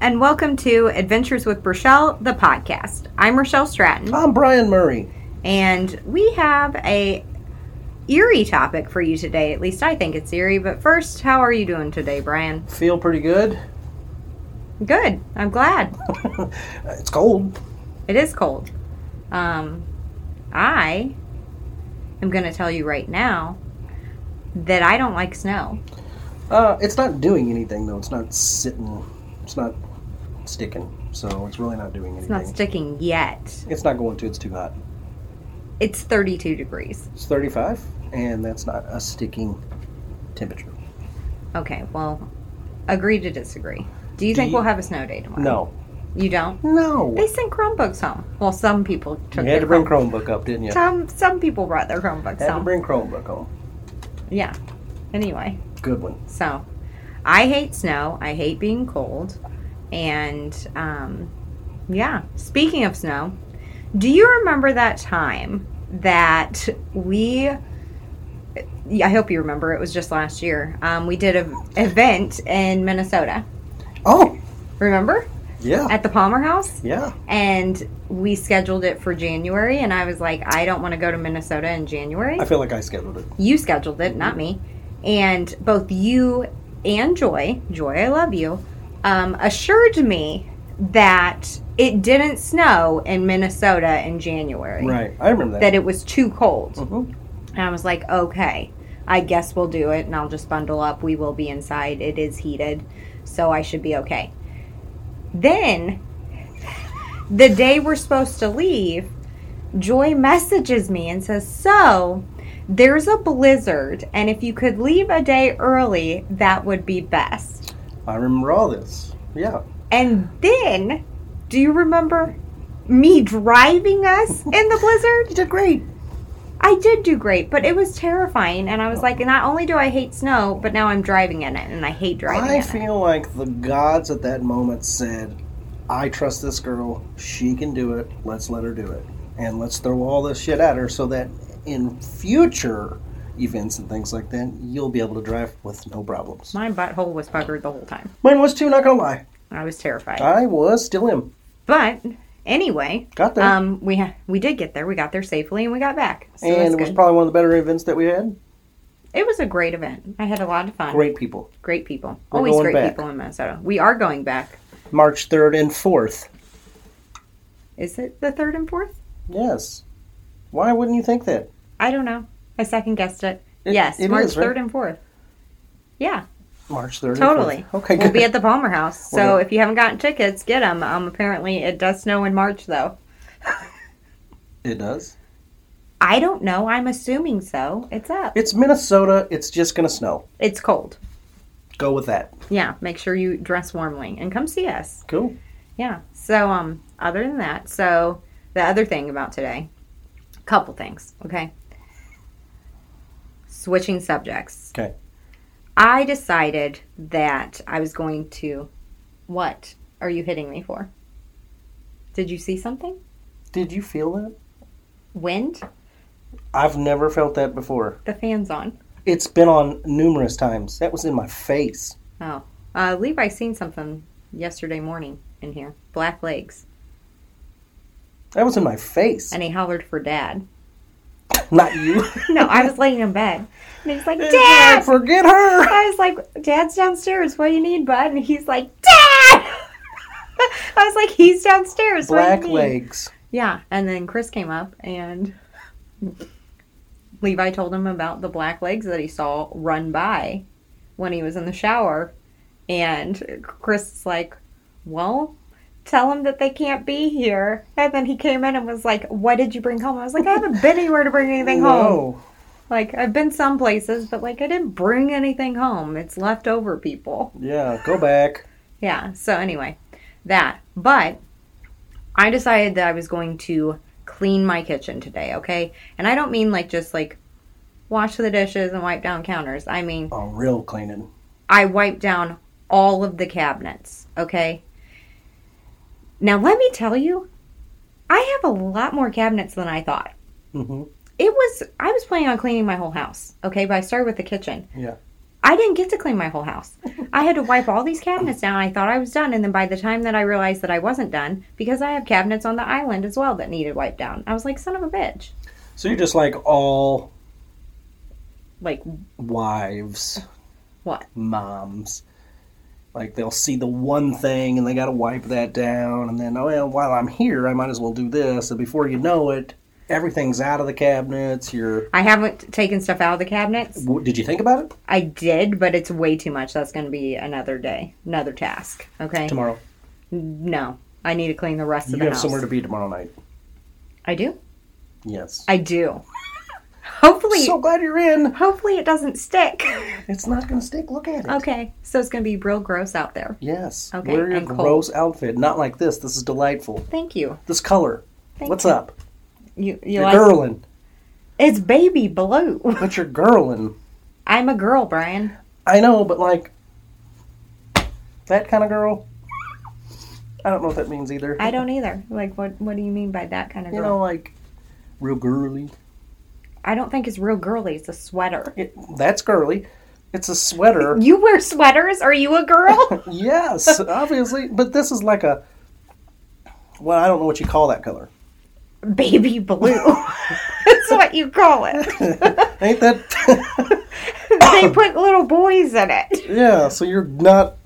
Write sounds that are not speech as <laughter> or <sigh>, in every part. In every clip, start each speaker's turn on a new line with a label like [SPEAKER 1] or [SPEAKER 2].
[SPEAKER 1] and welcome to Adventures with Rochelle, the podcast. I'm Rochelle Stratton,
[SPEAKER 2] I'm Brian Murray.
[SPEAKER 1] and we have a eerie topic for you today. At least I think it's eerie. But first, how are you doing today, Brian?
[SPEAKER 2] Feel pretty good. <laughs>
[SPEAKER 1] Good. I'm glad.
[SPEAKER 2] It's cold.
[SPEAKER 1] It is cold. Um, I am going to tell you right now that I don't like snow.
[SPEAKER 2] Uh, it's not doing anything though. It's not sitting. It's not sticking. So it's really not doing
[SPEAKER 1] It's
[SPEAKER 2] anything.
[SPEAKER 1] not sticking yet.
[SPEAKER 2] It's not going to. It's too hot.
[SPEAKER 1] It's 32 degrees.
[SPEAKER 2] It's 35, and that's not a sticking temperature.
[SPEAKER 1] Okay, well, agree to disagree. Do you
[SPEAKER 2] Do
[SPEAKER 1] think
[SPEAKER 2] you-
[SPEAKER 1] we'll have a snow day tomorrow?
[SPEAKER 2] No,
[SPEAKER 1] You don't?
[SPEAKER 2] no.
[SPEAKER 1] They sent Chromebooks home. Well, some people
[SPEAKER 2] You
[SPEAKER 1] took
[SPEAKER 2] had
[SPEAKER 1] their
[SPEAKER 2] to bring
[SPEAKER 1] Chrome-
[SPEAKER 2] Chromebook up, didn't you?
[SPEAKER 1] Some, some people brought their Chromebooks
[SPEAKER 2] Had to
[SPEAKER 1] home.
[SPEAKER 2] bring Chromebook home.
[SPEAKER 1] yeah. Anyway,
[SPEAKER 2] Good one.
[SPEAKER 1] so I hate snow. I hate being cold. And um, yeah, speaking of snow, do you remember that time that we. I hope you remember. It was just last year. Um, we did an event in Minnesota.
[SPEAKER 2] Oh,
[SPEAKER 1] Remember?
[SPEAKER 2] yeah,
[SPEAKER 1] at the Palmer House,
[SPEAKER 2] yeah.
[SPEAKER 1] and we scheduled it for January. And I was like, I don't want to go to Minnesota in January.
[SPEAKER 2] I feel like I scheduled it.
[SPEAKER 1] You scheduled it, not me. And both you and Joy, Joy, I love you, um, assured me that it didn't snow in Minnesota in January.
[SPEAKER 2] Right. I remember that.
[SPEAKER 1] That it was too cold.
[SPEAKER 2] Mhm.
[SPEAKER 1] And I was like, okay, I guess we'll do it and I'll just bundle up. We will be inside. It is heated, so I should be okay. Then, the day we're supposed to leave, Joy messages me and says, So, there's a blizzard, and if you could leave a day early, that would be best.
[SPEAKER 2] I remember all this. Yeah.
[SPEAKER 1] And then, do you remember me driving us in the blizzard?
[SPEAKER 2] You did great.
[SPEAKER 1] I did do great, but it was terrifying. And I was like, not only do I hate snow, but now I'm driving in it, and I hate driving
[SPEAKER 2] I
[SPEAKER 1] in it.
[SPEAKER 2] feel like the gods at that moment said, I trust this girl. She can do it. Let's let her do it. And let's throw all this shit at her so that in future events and things like that, you'll be able to drive with no problems.
[SPEAKER 1] My butthole was buggered the whole time.
[SPEAKER 2] Mine was too, not gonna lie.
[SPEAKER 1] I was terrified.
[SPEAKER 2] I was, still am.
[SPEAKER 1] but anyway,
[SPEAKER 2] Got there.
[SPEAKER 1] um, we ha- we did get there. We got there safely, and we got back. So
[SPEAKER 2] and
[SPEAKER 1] that's
[SPEAKER 2] it was
[SPEAKER 1] good.
[SPEAKER 2] probably one of the better events that we had.
[SPEAKER 1] it was a great event. I had a lot of fun. Great,
[SPEAKER 2] Great people.
[SPEAKER 1] people.
[SPEAKER 2] We're
[SPEAKER 1] Always
[SPEAKER 2] going
[SPEAKER 1] great
[SPEAKER 2] back.
[SPEAKER 1] people in Minnesota. We are going back.
[SPEAKER 2] March 3rd and 4th.
[SPEAKER 1] Is it the third and fourth?
[SPEAKER 2] Yes. Why wouldn't you think that?
[SPEAKER 1] I don't know. I second guessed it.
[SPEAKER 2] It-
[SPEAKER 1] yes,
[SPEAKER 2] it
[SPEAKER 1] March
[SPEAKER 2] is, right?
[SPEAKER 1] third and fourth. Yeah.
[SPEAKER 2] March 3rd. and 4th.
[SPEAKER 1] Totally.
[SPEAKER 2] Okay,
[SPEAKER 1] We'll
[SPEAKER 2] good.
[SPEAKER 1] be at the Palmer House.
[SPEAKER 2] We're
[SPEAKER 1] So
[SPEAKER 2] gonna-
[SPEAKER 1] if you haven't gotten tickets, get them. Um, apparently it does snow in March though.
[SPEAKER 2] it does.
[SPEAKER 1] I don't know. I'm assuming so. It's up.
[SPEAKER 2] It's Minnesota. It's just gonna snow.
[SPEAKER 1] It's cold.
[SPEAKER 2] Go with that.
[SPEAKER 1] Yeah. Make sure you dress warmly and come see us.
[SPEAKER 2] Cool.
[SPEAKER 1] Yeah. So um, other than that, so the other thing about today, couple things. Okay. Switching subjects.
[SPEAKER 2] Okay.
[SPEAKER 1] I decided that I was going to. What are you hitting me for? Did you see something?
[SPEAKER 2] Did you feel that?
[SPEAKER 1] Wind?
[SPEAKER 2] I've never felt that before.
[SPEAKER 1] The fan's on.
[SPEAKER 2] It's been on numerous times. That was in my face.
[SPEAKER 1] Oh. Uh, Levi seen something yesterday morning in here. Black legs.
[SPEAKER 2] That was in my face.
[SPEAKER 1] And he hollered for dad. <laughs>
[SPEAKER 2] <laughs> Not you.
[SPEAKER 1] No, I was laying in bed. And he's like,
[SPEAKER 2] <laughs> It's
[SPEAKER 1] Dad!
[SPEAKER 2] like, Forget her!
[SPEAKER 1] I was like, Dad's downstairs. What do you need, bud? And he's like, Dad! <laughs> I was like, he's downstairs. What do you
[SPEAKER 2] Black
[SPEAKER 1] need?"
[SPEAKER 2] legs.
[SPEAKER 1] Yeah. And then Chris came up and Levi told him about the black legs that he saw run by when he was in the shower. And Chris's like, Well, tell him that they can't be here. And then he came in and was like, What did you bring home? I was like, I haven't been anywhere to bring anything home.
[SPEAKER 2] No.
[SPEAKER 1] Like, I've been some places, but like, I didn't bring anything home. It's leftover people.
[SPEAKER 2] Yeah, go back.
[SPEAKER 1] Yeah. So anyway, that. But I decided that I was going to clean my kitchen today, okay? And I don't mean like just like wash the dishes and wipe down counters. I mean,
[SPEAKER 2] Oh, real cleaning.
[SPEAKER 1] I wiped down all of the cabinets, okay? Now, let me tell you, I have a lot more cabinets than I thought.
[SPEAKER 2] hmm
[SPEAKER 1] It was I was planning on cleaning my whole house, okay? But I started with the kitchen.
[SPEAKER 2] Yeah.
[SPEAKER 1] I didn't get to clean my whole house. I had to wipe all these cabinets down. I thought I was done. And then by the time that I realized that I wasn't done, because I have cabinets on the island as well that needed wiped down, I was like, son of a bitch.
[SPEAKER 2] So you're just like all
[SPEAKER 1] Like,
[SPEAKER 2] wives,
[SPEAKER 1] what?
[SPEAKER 2] moms. Like they'll see the one thing and they got to wipe that down, and then oh well, while I'm here, I might as well do this. And before you know it, everything's out of the cabinets. You're.
[SPEAKER 1] I haven't taken stuff out of the cabinets.
[SPEAKER 2] W- Did you think about it
[SPEAKER 1] I did, but it's way too much. That's going to be another day, another task. Okay.
[SPEAKER 2] tomorrow?
[SPEAKER 1] No, I need to clean the rest
[SPEAKER 2] You
[SPEAKER 1] of the
[SPEAKER 2] have
[SPEAKER 1] house.
[SPEAKER 2] somewhere to be tomorrow night.
[SPEAKER 1] I do.
[SPEAKER 2] Yes.
[SPEAKER 1] I do. hopefully,
[SPEAKER 2] so glad you're in.
[SPEAKER 1] hopefully it doesn't stick. <laughs>
[SPEAKER 2] It's not going to stick. Look at it.
[SPEAKER 1] okay, so it's going to be real gross out there.
[SPEAKER 2] Yes.
[SPEAKER 1] Okay,
[SPEAKER 2] Wear your
[SPEAKER 1] and cold.
[SPEAKER 2] gross outfit. Not like this. This is delightful.
[SPEAKER 1] Thank you.
[SPEAKER 2] This color.
[SPEAKER 1] Thank
[SPEAKER 2] What's
[SPEAKER 1] you.
[SPEAKER 2] up?
[SPEAKER 1] You, you
[SPEAKER 2] You're
[SPEAKER 1] like
[SPEAKER 2] girling.
[SPEAKER 1] it's baby blue. <laughs>
[SPEAKER 2] But you're girling.
[SPEAKER 1] I'm a girl, Brian.
[SPEAKER 2] I know, but like that kind of girl. I don't know what that means either.
[SPEAKER 1] I don't either. Like, what? What do you mean by that kind of
[SPEAKER 2] You
[SPEAKER 1] girl?
[SPEAKER 2] know, like real girly.
[SPEAKER 1] I don't think it's real girly. It's a sweater.
[SPEAKER 2] It, that's girly. It's
[SPEAKER 1] <laughs>
[SPEAKER 2] a sweater.
[SPEAKER 1] You wear sweaters? Are you a
[SPEAKER 2] <laughs>
[SPEAKER 1] girl?
[SPEAKER 2] yes, obviously. But this is like a. Well, I don't know what you call that
[SPEAKER 1] <laughs>
[SPEAKER 2] color.
[SPEAKER 1] baby blue. <laughs> That's what you call it.
[SPEAKER 2] <coughs> Ain't that? <laughs>
[SPEAKER 1] they put little boys in it.
[SPEAKER 2] yeah. So you're not.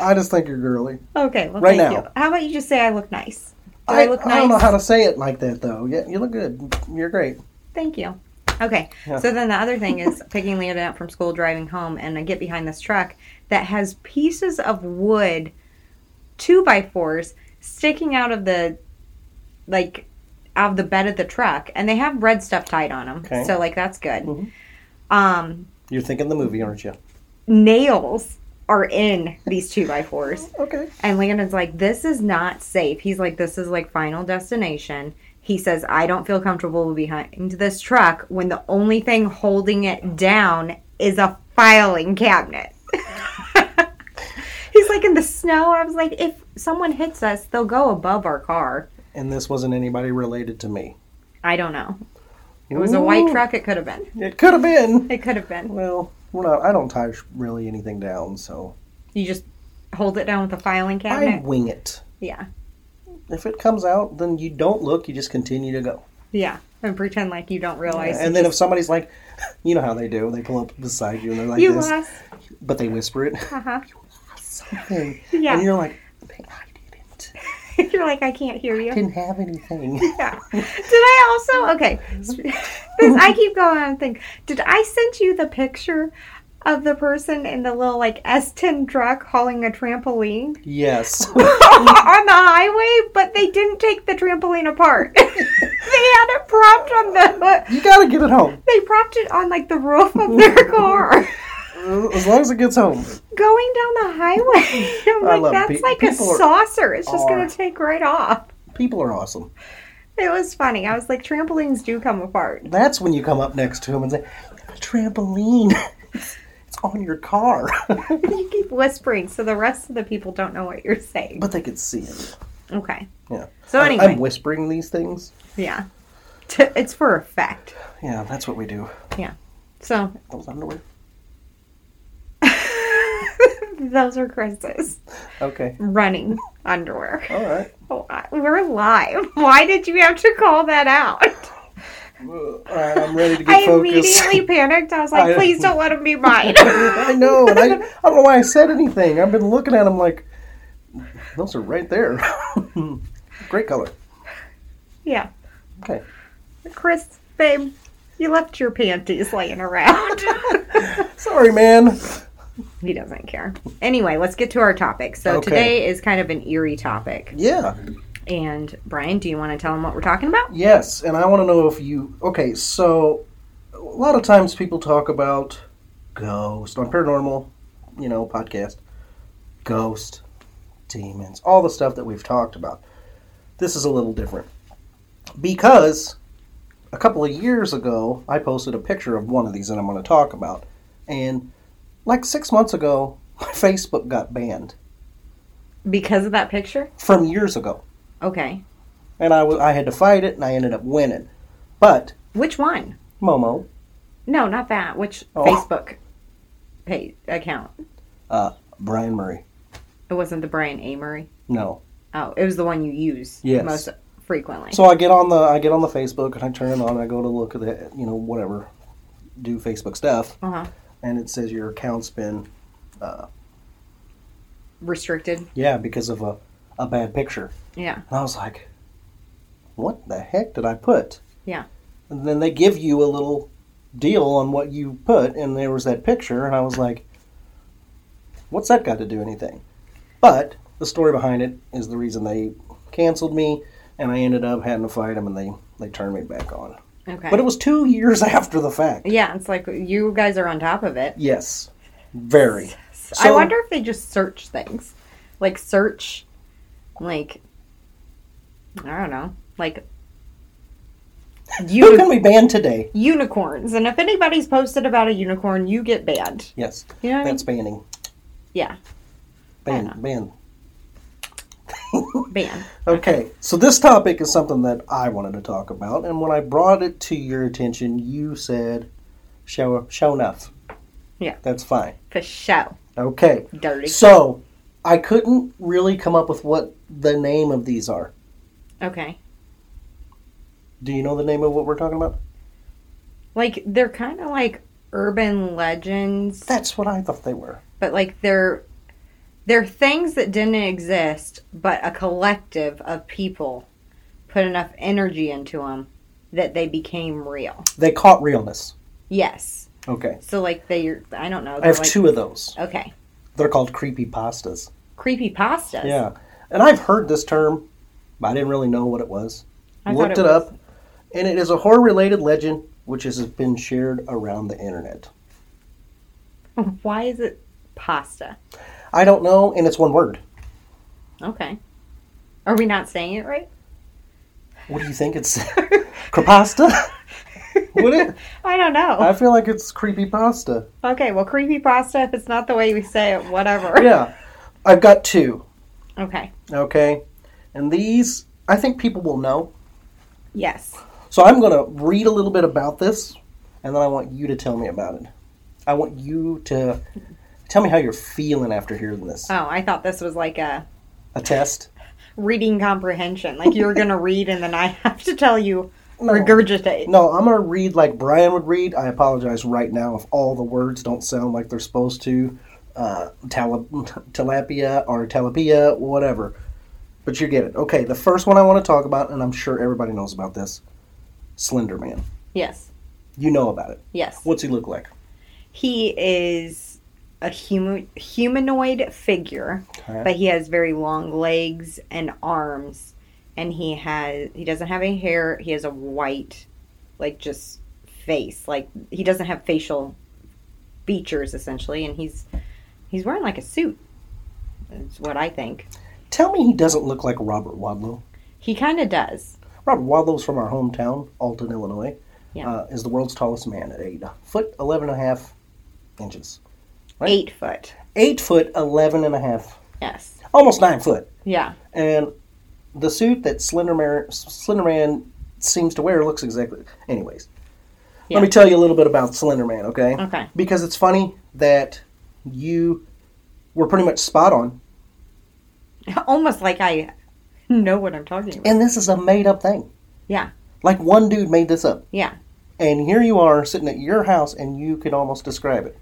[SPEAKER 2] I just think you're girly.
[SPEAKER 1] Okay, well,
[SPEAKER 2] Right
[SPEAKER 1] thank
[SPEAKER 2] now.
[SPEAKER 1] you. How about you just say I look nice? Do I, look nice?
[SPEAKER 2] I don't know how to say it like that though. Yeah, you look good. You're great.
[SPEAKER 1] Thank you. Okay.
[SPEAKER 2] Yeah.
[SPEAKER 1] So then the other thing is <laughs> picking Leona up from school, driving home, and I get behind this truck that has pieces of wood, two by fours, sticking out of the, like, out of the bed of the truck, and they have red stuff tied on them.
[SPEAKER 2] Okay.
[SPEAKER 1] So like that's good.
[SPEAKER 2] Mhm.
[SPEAKER 1] Um,
[SPEAKER 2] You're thinking the movie, aren't you?
[SPEAKER 1] nails are in these two by fours.
[SPEAKER 2] Okay.
[SPEAKER 1] And Landon's like, this is not safe. He's like, this is like final destination. He says, I don't feel comfortable behind this truck when the only thing holding it down is a filing cabinet. <laughs> He's like, in the snow. I was like, if someone hits us, they'll go above our car.
[SPEAKER 2] And this wasn't anybody related to me.
[SPEAKER 1] I don't know. It was a white truck. It could have been.
[SPEAKER 2] It could have been.
[SPEAKER 1] It could have been.
[SPEAKER 2] Well, we're not. I don't tie sh- really anything down, so
[SPEAKER 1] You just hold it down with a filing
[SPEAKER 2] I
[SPEAKER 1] cabinet.
[SPEAKER 2] wing it.
[SPEAKER 1] yeah.
[SPEAKER 2] If it comes out, then you don't look. You just continue to go.
[SPEAKER 1] Yeah. And pretend like you don't realize.
[SPEAKER 2] and then if somebody's like, <laughs> you know how they do, they pull up beside you and they're like
[SPEAKER 1] you
[SPEAKER 2] this,
[SPEAKER 1] lost.
[SPEAKER 2] but they
[SPEAKER 1] <laughs>
[SPEAKER 2] whisper it. <laughs>
[SPEAKER 1] Uh-huh.
[SPEAKER 2] Something.
[SPEAKER 1] Yeah.
[SPEAKER 2] And you're like, I didn't.
[SPEAKER 1] Uh-huh. <laughs> You're like, I can't hear you.
[SPEAKER 2] Didn't have anything. <laughs>
[SPEAKER 1] Yeah. Did I also okay? This, I keep going on and think. Did I send you the picture of the person in the little like S10 truck hauling a trampoline <laughs>
[SPEAKER 2] yes. <laughs>
[SPEAKER 1] on the highway? But they didn't take the trampoline apart. <laughs> they had it propped on the.
[SPEAKER 2] you gotta get it home
[SPEAKER 1] They propped it on like the roof of
[SPEAKER 2] <laughs>
[SPEAKER 1] their car.
[SPEAKER 2] Uh, as long as it gets home.
[SPEAKER 1] Going down the highway, I'm
[SPEAKER 2] I
[SPEAKER 1] like,
[SPEAKER 2] love
[SPEAKER 1] that's
[SPEAKER 2] pe-
[SPEAKER 1] like a
[SPEAKER 2] people are-
[SPEAKER 1] saucer. It's just
[SPEAKER 2] are-
[SPEAKER 1] gonna take right off.
[SPEAKER 2] People are awesome.
[SPEAKER 1] It was funny. I was like, trampolines do come apart.
[SPEAKER 2] That's when you come up next to him and say, "The trampoline. <laughs> it's on your car," <laughs>
[SPEAKER 1] You keep whispering so the rest of the people don't know what you're saying.
[SPEAKER 2] but they could see it.
[SPEAKER 1] Okay.
[SPEAKER 2] Yeah.
[SPEAKER 1] So
[SPEAKER 2] I-
[SPEAKER 1] anyway,
[SPEAKER 2] I'm whispering these things.
[SPEAKER 1] yeah. T- it's for effect.
[SPEAKER 2] Yeah, that's what we do.
[SPEAKER 1] So <laughs>
[SPEAKER 2] Those underwear.
[SPEAKER 1] those are Chris's
[SPEAKER 2] Okay.
[SPEAKER 1] running underwear.
[SPEAKER 2] All right.
[SPEAKER 1] Oh, I- We're live. Why did you have to call that out?
[SPEAKER 2] Uh, All right. I'm ready
[SPEAKER 1] <laughs>
[SPEAKER 2] to
[SPEAKER 1] I
[SPEAKER 2] get focused.
[SPEAKER 1] immediately panicked. I was
[SPEAKER 2] I-
[SPEAKER 1] like, please don't let him be mine.
[SPEAKER 2] <laughs> I
[SPEAKER 1] <laughs>
[SPEAKER 2] know. And I, I don't know why I said anything. I've been looking at them like those are right there. <laughs> Great color.
[SPEAKER 1] yeah.
[SPEAKER 2] Okay.
[SPEAKER 1] Chris, babe, you left your panties laying around.
[SPEAKER 2] <laughs> Sorry, man.
[SPEAKER 1] he doesn't care. Anyway, let's get to our topic. So
[SPEAKER 2] Okay.
[SPEAKER 1] today is kind of an eerie topic.
[SPEAKER 2] Yeah.
[SPEAKER 1] And Brian, do you want to tell them what we're talking about?
[SPEAKER 2] Yes, and I want to know if you. Okay, so a lot of times people talk about ghost on paranormal, you know, podcast, ghost, demons, all the stuff that we've talked about. This is a little different because a couple of years ago I posted a picture of one of these that I'm going to talk about, and like six months ago, <laughs> my Facebook got banned
[SPEAKER 1] Because of that picture?
[SPEAKER 2] from years ago,
[SPEAKER 1] Okay.
[SPEAKER 2] and I wa- I had to fight it, and I ended up winning. But
[SPEAKER 1] Which one?
[SPEAKER 2] Momo.
[SPEAKER 1] No, not that. Which
[SPEAKER 2] Oh.
[SPEAKER 1] Facebook? pay account.
[SPEAKER 2] Uh, Brian Murray.
[SPEAKER 1] It wasn't the Brian Amory.
[SPEAKER 2] No.
[SPEAKER 1] Oh, it was the one you use
[SPEAKER 2] Yes.
[SPEAKER 1] most frequently.
[SPEAKER 2] So I get on the I get on the Facebook and I turn it on. I go to look at the you know whatever, do Facebook stuff,
[SPEAKER 1] uh-huh.
[SPEAKER 2] and it says your account's been
[SPEAKER 1] Restricted.
[SPEAKER 2] yeah because of a a bad picture.
[SPEAKER 1] Yeah.
[SPEAKER 2] And I was like, what the heck did I put?
[SPEAKER 1] Yeah.
[SPEAKER 2] And then they give you a little deal on what you put, and there was that picture, and I was like, what's that got to do anything? But the story behind it is the reason they canceled me, and I ended up having to fight them, and they, they turned me back on.
[SPEAKER 1] Okay.
[SPEAKER 2] But it was two years <laughs> after the fact.
[SPEAKER 1] yeah, it's like you guys are on top of it.
[SPEAKER 2] Yes, very.
[SPEAKER 1] I
[SPEAKER 2] So-
[SPEAKER 1] wonder if they just search things. Like search like I don't know. Like
[SPEAKER 2] Who
[SPEAKER 1] uni-
[SPEAKER 2] can we ban today?
[SPEAKER 1] unicorns. And if anybody's posted about a unicorn, you get banned.
[SPEAKER 2] Yes,
[SPEAKER 1] You know what I mean?
[SPEAKER 2] that's banning.
[SPEAKER 1] Um, Yeah. Uh-huh.
[SPEAKER 2] Ban,
[SPEAKER 1] know.
[SPEAKER 2] ban. <laughs>
[SPEAKER 1] Ban.
[SPEAKER 2] Okay, so this topic is something that I wanted to talk about, and when I brought it to your attention, you said, "Show, show enough."
[SPEAKER 1] Yeah.
[SPEAKER 2] that's fine.
[SPEAKER 1] For show.
[SPEAKER 2] Okay,
[SPEAKER 1] Dirty.
[SPEAKER 2] so I couldn't really come up with what the name of these are.
[SPEAKER 1] Okay.
[SPEAKER 2] Do you know the name of what we're talking about?
[SPEAKER 1] Like they're kinda like urban legends.
[SPEAKER 2] That's what I thought they were.
[SPEAKER 1] but like they're they're things that didn't exist but a collective of people put enough energy into them that they became real
[SPEAKER 2] They caught realness.
[SPEAKER 1] yes
[SPEAKER 2] Okay,
[SPEAKER 1] so like they i don't know
[SPEAKER 2] I have
[SPEAKER 1] they're like,
[SPEAKER 2] two of those.
[SPEAKER 1] okay
[SPEAKER 2] They're called creepy pastas.
[SPEAKER 1] creepy pastas
[SPEAKER 2] Yeah, and I've heard this term, but I didn't really know what it was.
[SPEAKER 1] I thought
[SPEAKER 2] Looked it,
[SPEAKER 1] it was-
[SPEAKER 2] up, and it is a horror-related legend which has been shared around the internet.
[SPEAKER 1] <laughs> why is it pasta
[SPEAKER 2] I don't know, and it's one word.
[SPEAKER 1] okay are we not saying it right
[SPEAKER 2] What do you
[SPEAKER 1] <laughs>
[SPEAKER 2] think it's? Crepasta? Would it?
[SPEAKER 1] i don't know
[SPEAKER 2] I feel like it's creepy pasta.
[SPEAKER 1] okay well creepy pasta if it's not the way we say it whatever
[SPEAKER 2] <laughs> Yeah, I've got two.
[SPEAKER 1] okay
[SPEAKER 2] Okay, and these I think people will know.
[SPEAKER 1] yes
[SPEAKER 2] So I'm going to read a little bit about this, and then I want you to tell me about it. I want you to tell me how you're feeling after hearing this.
[SPEAKER 1] oh i thought this was like a
[SPEAKER 2] A test?
[SPEAKER 1] reading comprehension. Like you're gonna read and then I <laughs> have to tell you regurgitate.
[SPEAKER 2] No, I'm going to read like Brian would read. I apologize right now if all the words don't sound like they're supposed to. Uh, tala- tilapia or tilapia, whatever. But you get it. Okay, the first one I want to talk about, and I'm sure everybody knows about this Slender Man.
[SPEAKER 1] Yes.
[SPEAKER 2] You know about it.
[SPEAKER 1] Yes.
[SPEAKER 2] What's he look like?
[SPEAKER 1] He is a human humanoid figure,
[SPEAKER 2] Okay.
[SPEAKER 1] but he has very long legs and arms and he has he doesn't have any hair. He has a white like just face. Like he doesn't have facial features essentially and he's he's wearing like a suit. That's what I think.
[SPEAKER 2] Tell me he doesn't look like Robert Wadlow.
[SPEAKER 1] He kind of does.
[SPEAKER 2] Robert Wadlow's from our hometown, Alton, Illinois.
[SPEAKER 1] Yeah.
[SPEAKER 2] Uh, is the world's tallest man at eight foot, 11 and a half inches. Right.
[SPEAKER 1] 8 foot.
[SPEAKER 2] Eight foot, 11 and a half,
[SPEAKER 1] Yes.
[SPEAKER 2] almost nine foot.
[SPEAKER 1] Yeah.
[SPEAKER 2] And the suit that Slender Man, Slender Man seems to wear looks exactly. Anyways,
[SPEAKER 1] Yeah.
[SPEAKER 2] let me tell you a little bit about Slender Man, okay?
[SPEAKER 1] Okay. <laughs>
[SPEAKER 2] Because it's funny that you were pretty much spot on,
[SPEAKER 1] almost like I know what I'm talking about.
[SPEAKER 2] and this is a made up thing.
[SPEAKER 1] Yeah,
[SPEAKER 2] Like one dude made this up,
[SPEAKER 1] yeah.
[SPEAKER 2] and here you are sitting at your house, and you can almost describe it.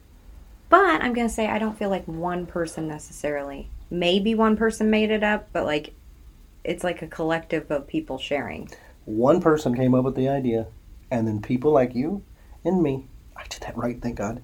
[SPEAKER 1] But I'm gonna say I don't feel like one person necessarily. Maybe one person made it up, but like it's like a collective of people sharing.
[SPEAKER 2] One person came up with the idea, and then people like you and me, I did that right, thank God,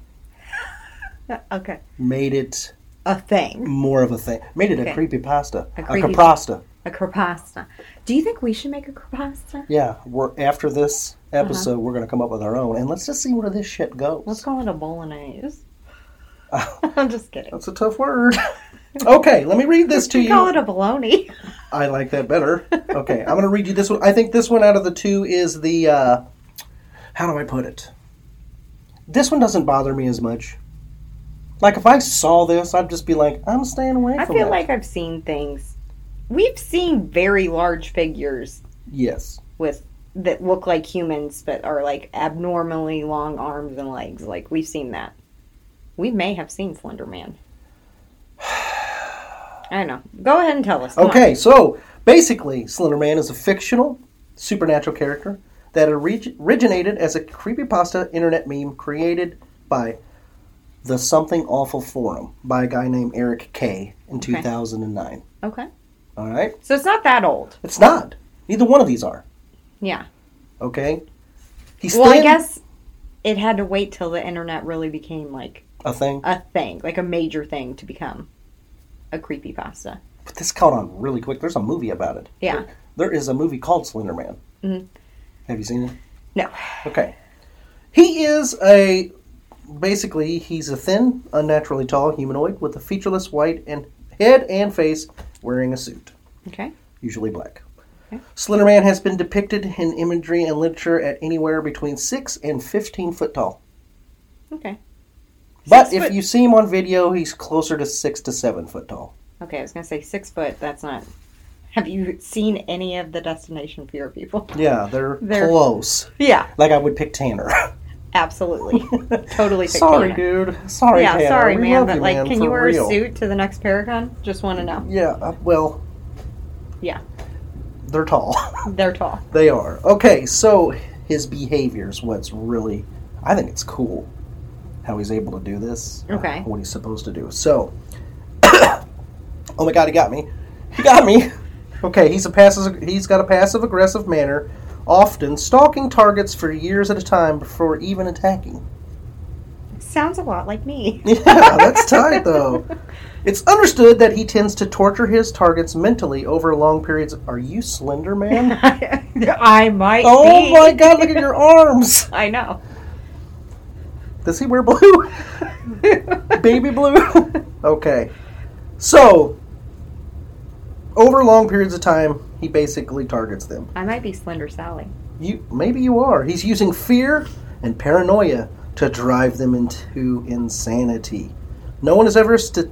[SPEAKER 1] Uh, Okay.
[SPEAKER 2] made it
[SPEAKER 1] A thing.
[SPEAKER 2] more of a thing. Made it a
[SPEAKER 1] Okay.
[SPEAKER 2] creepy pasta, a,
[SPEAKER 1] A creepy-
[SPEAKER 2] creepypasta.
[SPEAKER 1] A crepasta. Do you think we should make a crepasta?
[SPEAKER 2] Yeah, we're after this episode, we're gonna come up with our own, and let's just see where this shit goes.
[SPEAKER 1] Uh-huh. Let's call it a bolognese. <laughs> I'm just kidding.
[SPEAKER 2] That's a tough word. <laughs> okay, let me
[SPEAKER 1] <laughs>
[SPEAKER 2] read this to
[SPEAKER 1] We call
[SPEAKER 2] you.
[SPEAKER 1] it a bologna.
[SPEAKER 2] I like that better. Okay, I'm gonna read you this one. I think this one out of the two is the. Uh, how do I put it? This one doesn't bother me as much. Like if I saw this, I'd just be like, I'm staying away
[SPEAKER 1] I
[SPEAKER 2] from
[SPEAKER 1] feel
[SPEAKER 2] that.
[SPEAKER 1] like I've seen things. We've seen very large figures
[SPEAKER 2] yes,
[SPEAKER 1] with that look like humans but are like abnormally long arms and legs. Like we've seen that. We may have seen Slender Man. <sighs> I know. Go ahead and tell us. Come on.
[SPEAKER 2] Okay, so basically, Slender Man is a fictional supernatural character that orig- originated as a creepypasta internet meme created by the Something Awful Forum by a guy named Eric Kay in 2009.
[SPEAKER 1] Okay.
[SPEAKER 2] All right?
[SPEAKER 1] So it's not that old.
[SPEAKER 2] It's not. Neither one of these are.
[SPEAKER 1] Yeah.
[SPEAKER 2] Okay? He's
[SPEAKER 1] Well, I guess it had to wait till the internet really became like
[SPEAKER 2] a thing.
[SPEAKER 1] a thing, like a major thing to become a creepypasta.
[SPEAKER 2] But this caught on really quick. There's a movie about it.
[SPEAKER 1] Yeah.
[SPEAKER 2] There is a movie called Slender Man.
[SPEAKER 1] Mhm.
[SPEAKER 2] Have you seen it?
[SPEAKER 1] No.
[SPEAKER 2] Okay. He is a basically he's a thin, unnaturally tall humanoid with a featureless white and head and face wearing a suit,
[SPEAKER 1] Okay.
[SPEAKER 2] usually black.
[SPEAKER 1] Okay.
[SPEAKER 2] Slender Man has been depicted in imagery and literature at anywhere between six and fifteen foot tall.
[SPEAKER 1] Okay.
[SPEAKER 2] But
[SPEAKER 1] Six
[SPEAKER 2] if
[SPEAKER 1] foot-
[SPEAKER 2] you see him on video, he's closer to six to seven foot tall.
[SPEAKER 1] Okay, I was gonna say six foot. That's not. Have you seen any of the Destination Fear people?
[SPEAKER 2] Yeah, they're,
[SPEAKER 1] They're-
[SPEAKER 2] close.
[SPEAKER 1] Yeah,
[SPEAKER 2] Like I would pick <laughs> Tanner.
[SPEAKER 1] absolutely, <laughs> totally. picked
[SPEAKER 2] sorry,
[SPEAKER 1] on it.
[SPEAKER 2] dude. Sorry,
[SPEAKER 1] yeah,
[SPEAKER 2] Tanner.
[SPEAKER 1] sorry,
[SPEAKER 2] We
[SPEAKER 1] man.
[SPEAKER 2] love
[SPEAKER 1] But
[SPEAKER 2] you,
[SPEAKER 1] like,
[SPEAKER 2] man,
[SPEAKER 1] can you
[SPEAKER 2] for
[SPEAKER 1] wear
[SPEAKER 2] real.
[SPEAKER 1] a suit to the next Paragon? Just want to know.
[SPEAKER 2] Yeah. uh, Well.
[SPEAKER 1] Yeah.
[SPEAKER 2] They're tall. <laughs>
[SPEAKER 1] They're tall.
[SPEAKER 2] They are. Okay, so his behavior is what's really I think it's cool how he's able to do this. uh,
[SPEAKER 1] Okay.
[SPEAKER 2] What he's supposed to do. So <coughs> Oh my god, he got me. He got me. Okay, he's a passive he's got a passive aggressive manner, often stalking targets for years at a time before even attacking. <laughs>
[SPEAKER 1] Sounds a lot like <laughs> me.
[SPEAKER 2] Yeah, that's tight though. It's understood that he tends to torture his targets mentally over long periods. Are you
[SPEAKER 1] <laughs>
[SPEAKER 2] slender, man?
[SPEAKER 1] I might.
[SPEAKER 2] oh
[SPEAKER 1] be.
[SPEAKER 2] my god, look at your arms.
[SPEAKER 1] I <laughs> know.
[SPEAKER 2] Does he wear blue? <laughs> Baby blue? <laughs> okay. So, over long periods of time, he basically targets them.
[SPEAKER 1] I might be Slender Sally.
[SPEAKER 2] You maybe you are. He's using fear and paranoia to drive them into insanity. No one has ever st-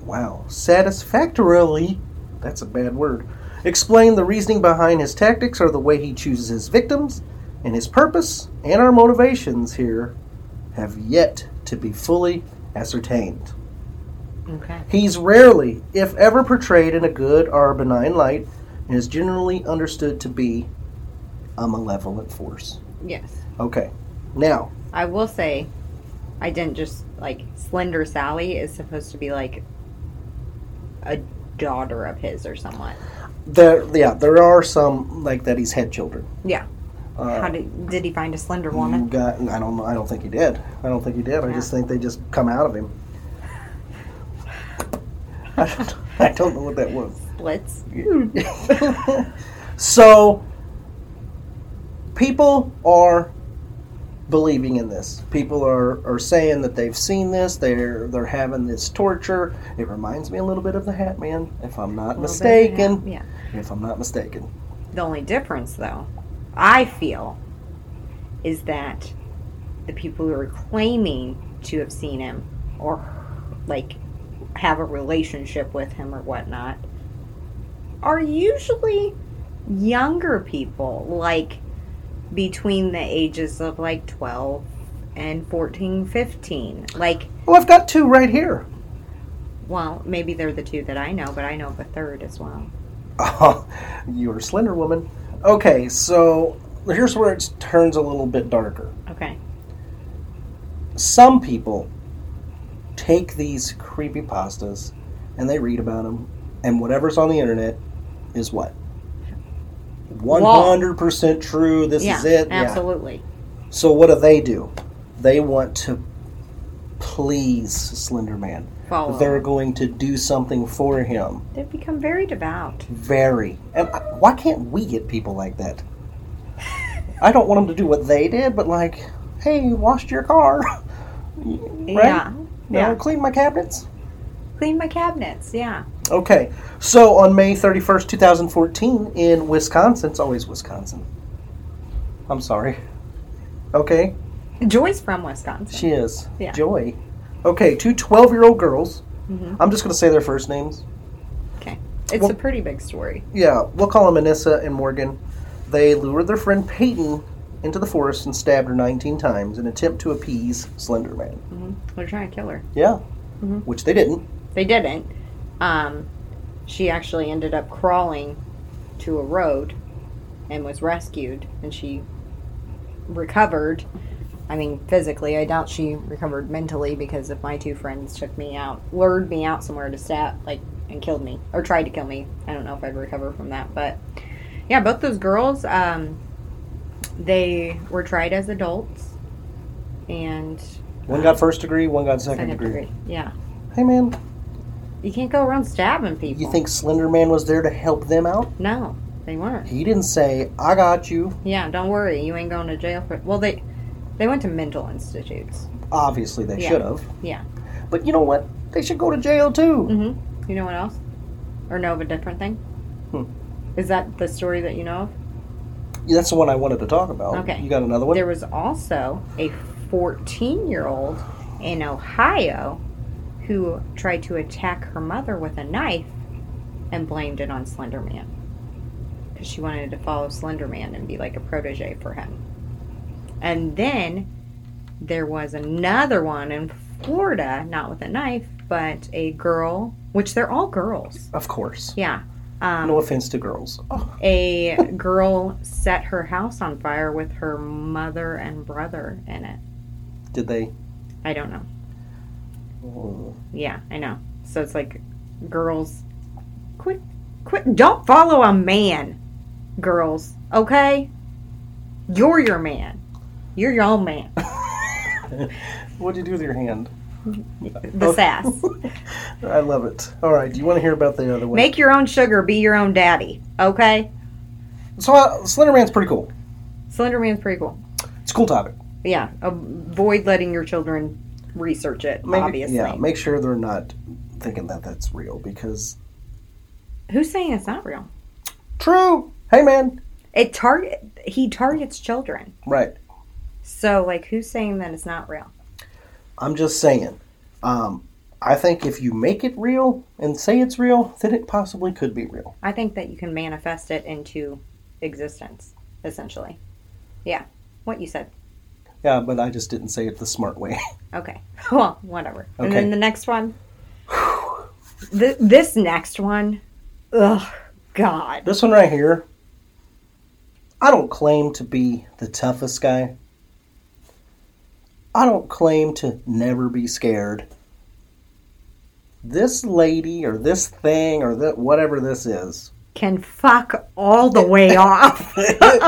[SPEAKER 2] wow, satisfactorily, that's a bad word. Explain the reasoning behind his tactics or the way he chooses his victims and his purpose and our motivations here have yet to be fully ascertained.
[SPEAKER 1] Okay.
[SPEAKER 2] He's rarely, if ever, portrayed in a good or benign light and is generally understood to be a malevolent force.
[SPEAKER 1] Yes.
[SPEAKER 2] Okay. Now,
[SPEAKER 1] I will say, I didn't just like Slender Sally is supposed to be like a daughter of his or someone.
[SPEAKER 2] there, yeah, there are some like that. He's had children.
[SPEAKER 1] Yeah.
[SPEAKER 2] Uh,
[SPEAKER 1] How did did he find a Slender
[SPEAKER 2] you
[SPEAKER 1] woman?
[SPEAKER 2] got, I don't. know. I don't think he did. I don't think he did. I
[SPEAKER 1] Yeah.
[SPEAKER 2] just think they just come out of him. <laughs> I don't, I don't know what that was. <laughs>
[SPEAKER 1] Mm. Splits.
[SPEAKER 2] so people are believing in this. People are, are saying that they've seen this. They're they're having this torture. It reminds me a little bit of the Hat Man, if I'm not
[SPEAKER 1] A little bit,
[SPEAKER 2] mistaken.
[SPEAKER 1] Yeah.
[SPEAKER 2] If I'm not mistaken.
[SPEAKER 1] yeah. The only difference, though, I feel, is that the people who are claiming to have seen him or like have a relationship with him or whatnot are usually younger people, like between the ages of like 12 and 14, 15. Like,
[SPEAKER 2] Well, Oh, I've got two right here. <laughs>
[SPEAKER 1] well, maybe they're the two that I know, but I know of a third as well.
[SPEAKER 2] Oh, you're a Slender Woman. Okay, so here's where it turns a little bit darker.
[SPEAKER 1] Okay.
[SPEAKER 2] some people take these creepy pastas and they read about them and whatever's on the internet is what 100% true this
[SPEAKER 1] yeah,
[SPEAKER 2] is it Yeah.
[SPEAKER 1] absolutely.
[SPEAKER 2] so what do they do they want to please slender man
[SPEAKER 1] Follow.
[SPEAKER 2] they're
[SPEAKER 1] They're,
[SPEAKER 2] going to do something for him
[SPEAKER 1] They've become very
[SPEAKER 2] <laughs>
[SPEAKER 1] devout.
[SPEAKER 2] very and I, why can't we get people like that i don't want them to do what they did but like hey you washed your car <laughs> right
[SPEAKER 1] Yeah.
[SPEAKER 2] You know,
[SPEAKER 1] Yeah.
[SPEAKER 2] clean my cabinets
[SPEAKER 1] Clean my cabinets. Yeah.
[SPEAKER 2] Okay, so on May 31st, 2014, in Wisconsin, it's always Wisconsin. I'm sorry. Okay,
[SPEAKER 1] Joy's from Wisconsin.
[SPEAKER 2] she is.
[SPEAKER 1] Yeah.
[SPEAKER 2] Joy. Okay, two 12 year old girls.
[SPEAKER 1] Mhm.
[SPEAKER 2] I'm just going to say their first names.
[SPEAKER 1] it's
[SPEAKER 2] Well-
[SPEAKER 1] a pretty big story.
[SPEAKER 2] Yeah, we'll call them Anissa and Morgan. They lured their friend Peyton into the forest and stabbed her 19 times in an attempt to appease Slender Man.
[SPEAKER 1] They're trying to kill her.
[SPEAKER 2] Yeah.
[SPEAKER 1] Mhm.
[SPEAKER 2] Which they didn't.
[SPEAKER 1] They didn't. Um, she actually ended up crawling to a road and was rescued, and she recovered. I mean, physically, I doubt she recovered mentally because if my two friends took me out, lured me out somewhere to stab, like, and killed me or tried to kill me. I don't know if I'd recover from that, but yeah, both those girls, um, they were tried as adults, and
[SPEAKER 2] One got first degree, one got second,
[SPEAKER 1] second
[SPEAKER 2] degree.
[SPEAKER 1] degree. Yeah,
[SPEAKER 2] Hey man,
[SPEAKER 1] you can't go around stabbing people.
[SPEAKER 2] you think Slender Man was there to help them out?
[SPEAKER 1] No, they weren't.
[SPEAKER 2] He didn't say, I got you.
[SPEAKER 1] Yeah, don't worry. You ain't going to jail for. Well, they they went to mental institutes.
[SPEAKER 2] Obviously, they
[SPEAKER 1] Yeah.
[SPEAKER 2] should have.
[SPEAKER 1] Yeah.
[SPEAKER 2] But you know what? They should go to jail too.
[SPEAKER 1] Mm-hmm. You know what else? Or know of a different thing?
[SPEAKER 2] Hmm.
[SPEAKER 1] Is that the story that you know
[SPEAKER 2] Yeah, That's the one I wanted to talk about.
[SPEAKER 1] Mm. Okay.
[SPEAKER 2] You got another
[SPEAKER 1] of?
[SPEAKER 2] one?
[SPEAKER 1] There was also a 14 year old in Ohio who tried to attack her mother with a knife and blamed it on Slender Man. Because she wanted to follow Slender Man and be like a protege for him. And then there was another one in Florida, not with a knife, but a girl, which they're all girls.
[SPEAKER 2] Of course.
[SPEAKER 1] Yeah. Um,
[SPEAKER 2] No offense to girls. Oh,
[SPEAKER 1] a girl set her house on fire with her mother and brother in it.
[SPEAKER 2] did they? <laughs>
[SPEAKER 1] I don't know.
[SPEAKER 2] Oh,
[SPEAKER 1] Yeah, I know. So it's like, girls, quit, quit, don't follow a man, girls, okay? You're your man. You're your own man.
[SPEAKER 2] What'd you do with your hand?
[SPEAKER 1] The sass.
[SPEAKER 2] I love it. All right. Do you want to hear about the other one?
[SPEAKER 1] Make your own sugar, be your own daddy, okay?
[SPEAKER 2] so, uh, Slender Man's pretty cool.
[SPEAKER 1] Slender Man's pretty cool.
[SPEAKER 2] It's a cool topic.
[SPEAKER 1] Yeah, avoid letting your children research it,
[SPEAKER 2] Make-
[SPEAKER 1] obviously.
[SPEAKER 2] Yeah. Make sure they're not thinking that that's real because.
[SPEAKER 1] Who's saying it's not real?
[SPEAKER 2] True. Hey, man.
[SPEAKER 1] It target he targets children.
[SPEAKER 2] Right.
[SPEAKER 1] So like who's saying that it's not real?
[SPEAKER 2] I'm just saying. Um, I think if you make it real and say it's real, then it possibly could be real.
[SPEAKER 1] I think that you can manifest it into existence, essentially. Yeah. What you said.
[SPEAKER 2] Yeah, but I just didn't say it the smart way.
[SPEAKER 1] Okay. <laughs> Well, whatever. And
[SPEAKER 2] Okay.
[SPEAKER 1] then the next one. Th- this next one. Ugh God.
[SPEAKER 2] This one right here, I don't claim to be the toughest guy. I don't claim to never be scared. This lady or this thing or that whatever this is.
[SPEAKER 1] Can fuck all the
[SPEAKER 2] <laughs>
[SPEAKER 1] way off. <laughs>
[SPEAKER 2] it is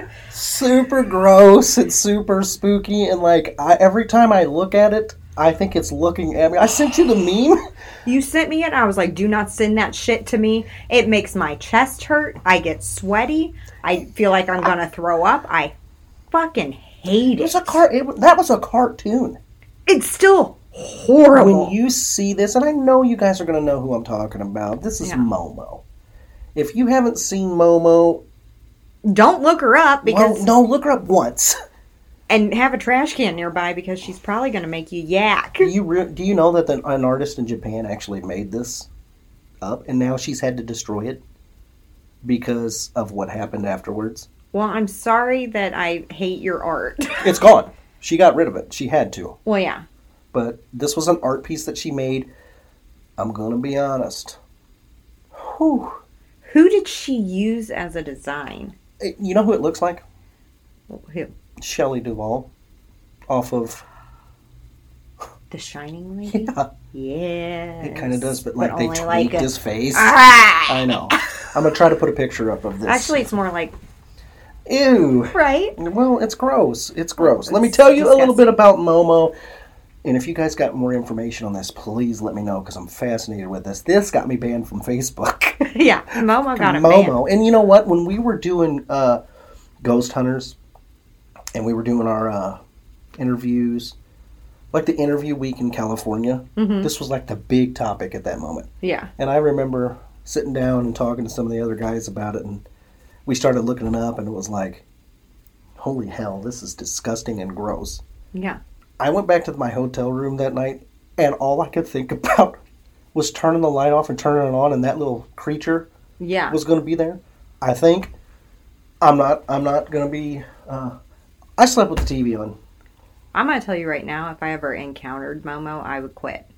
[SPEAKER 1] okay.
[SPEAKER 2] super gross and super spooky and like I, every time I look at it, I think it's looking at me. I sent you the meme.
[SPEAKER 1] You sent me it. I was like, do not send that shit to me. It makes my chest hurt. I get sweaty. I feel like I'm going to throw up. I fucking hate
[SPEAKER 2] It was
[SPEAKER 1] it.
[SPEAKER 2] a car it, was- that was a cartoon.
[SPEAKER 1] It's still horrible.
[SPEAKER 2] when you see this, and I know you guys are going to know who I'm talking about. This is
[SPEAKER 1] Yeah.
[SPEAKER 2] Momo. If you haven't seen Momo,
[SPEAKER 1] Don't look her up because
[SPEAKER 2] well, no, look her up
[SPEAKER 1] <laughs>
[SPEAKER 2] once.
[SPEAKER 1] and have a trash can nearby because she's probably going to make you yak.
[SPEAKER 2] Do you re- do you know that the, an artist in Japan actually made this up, and now she's had to destroy it because of what happened afterwards?
[SPEAKER 1] Well, I'm sorry that I hate your art. <laughs>
[SPEAKER 2] It's gone. She got rid of it. She had to.
[SPEAKER 1] well, yeah.
[SPEAKER 2] But this was an art piece that she made. I'm gonna be honest. Whew.
[SPEAKER 1] Who did she use as a design?
[SPEAKER 2] It- Eh, you know who it looks like?
[SPEAKER 1] Who?
[SPEAKER 2] Shelley Duvall off of
[SPEAKER 1] The Shining Lady?
[SPEAKER 2] yeah,
[SPEAKER 1] Yeah.
[SPEAKER 2] it kind of does, but like they Uh,
[SPEAKER 1] only
[SPEAKER 2] tweaked
[SPEAKER 1] like a-
[SPEAKER 2] his face.
[SPEAKER 1] <laughs> Ah!
[SPEAKER 2] I know. I'm gonna try to put a picture up of this.
[SPEAKER 1] Actually, it's more like
[SPEAKER 2] ew.
[SPEAKER 1] right. <laughs>
[SPEAKER 2] Well, it's gross. It's gross. Let
[SPEAKER 1] Oh,
[SPEAKER 2] me
[SPEAKER 1] It's
[SPEAKER 2] tell you a little
[SPEAKER 1] disgusting.
[SPEAKER 2] bit about Momo. And if you guys got more information on this, please let me know because I'm fascinated with this. This got me banned
[SPEAKER 1] <laughs>
[SPEAKER 2] from Facebook.
[SPEAKER 1] yeah, Momo got a man.
[SPEAKER 2] Momo. And you know what? When we were doing uh, Ghost Hunters and we were doing our uh, interviews, like the interview week in California,
[SPEAKER 1] Mm-hmm.
[SPEAKER 2] this was like the big topic at that moment.
[SPEAKER 1] Yeah,
[SPEAKER 2] And I remember sitting down and talking to some of the other guys about it, and we started looking it up, and it was like, holy hell, this is disgusting and gross.
[SPEAKER 1] yeah.
[SPEAKER 2] I went back to my hotel room that night, and all I could think <laughs> about was turning the light off and turning it on, and that little creature
[SPEAKER 1] Yeah.
[SPEAKER 2] was going to be there. I think I'm not. I'm not gonna be. Uh, I slept with the TV on.
[SPEAKER 1] I'm gonna tell you right now, if I ever encountered Momo, I would quit.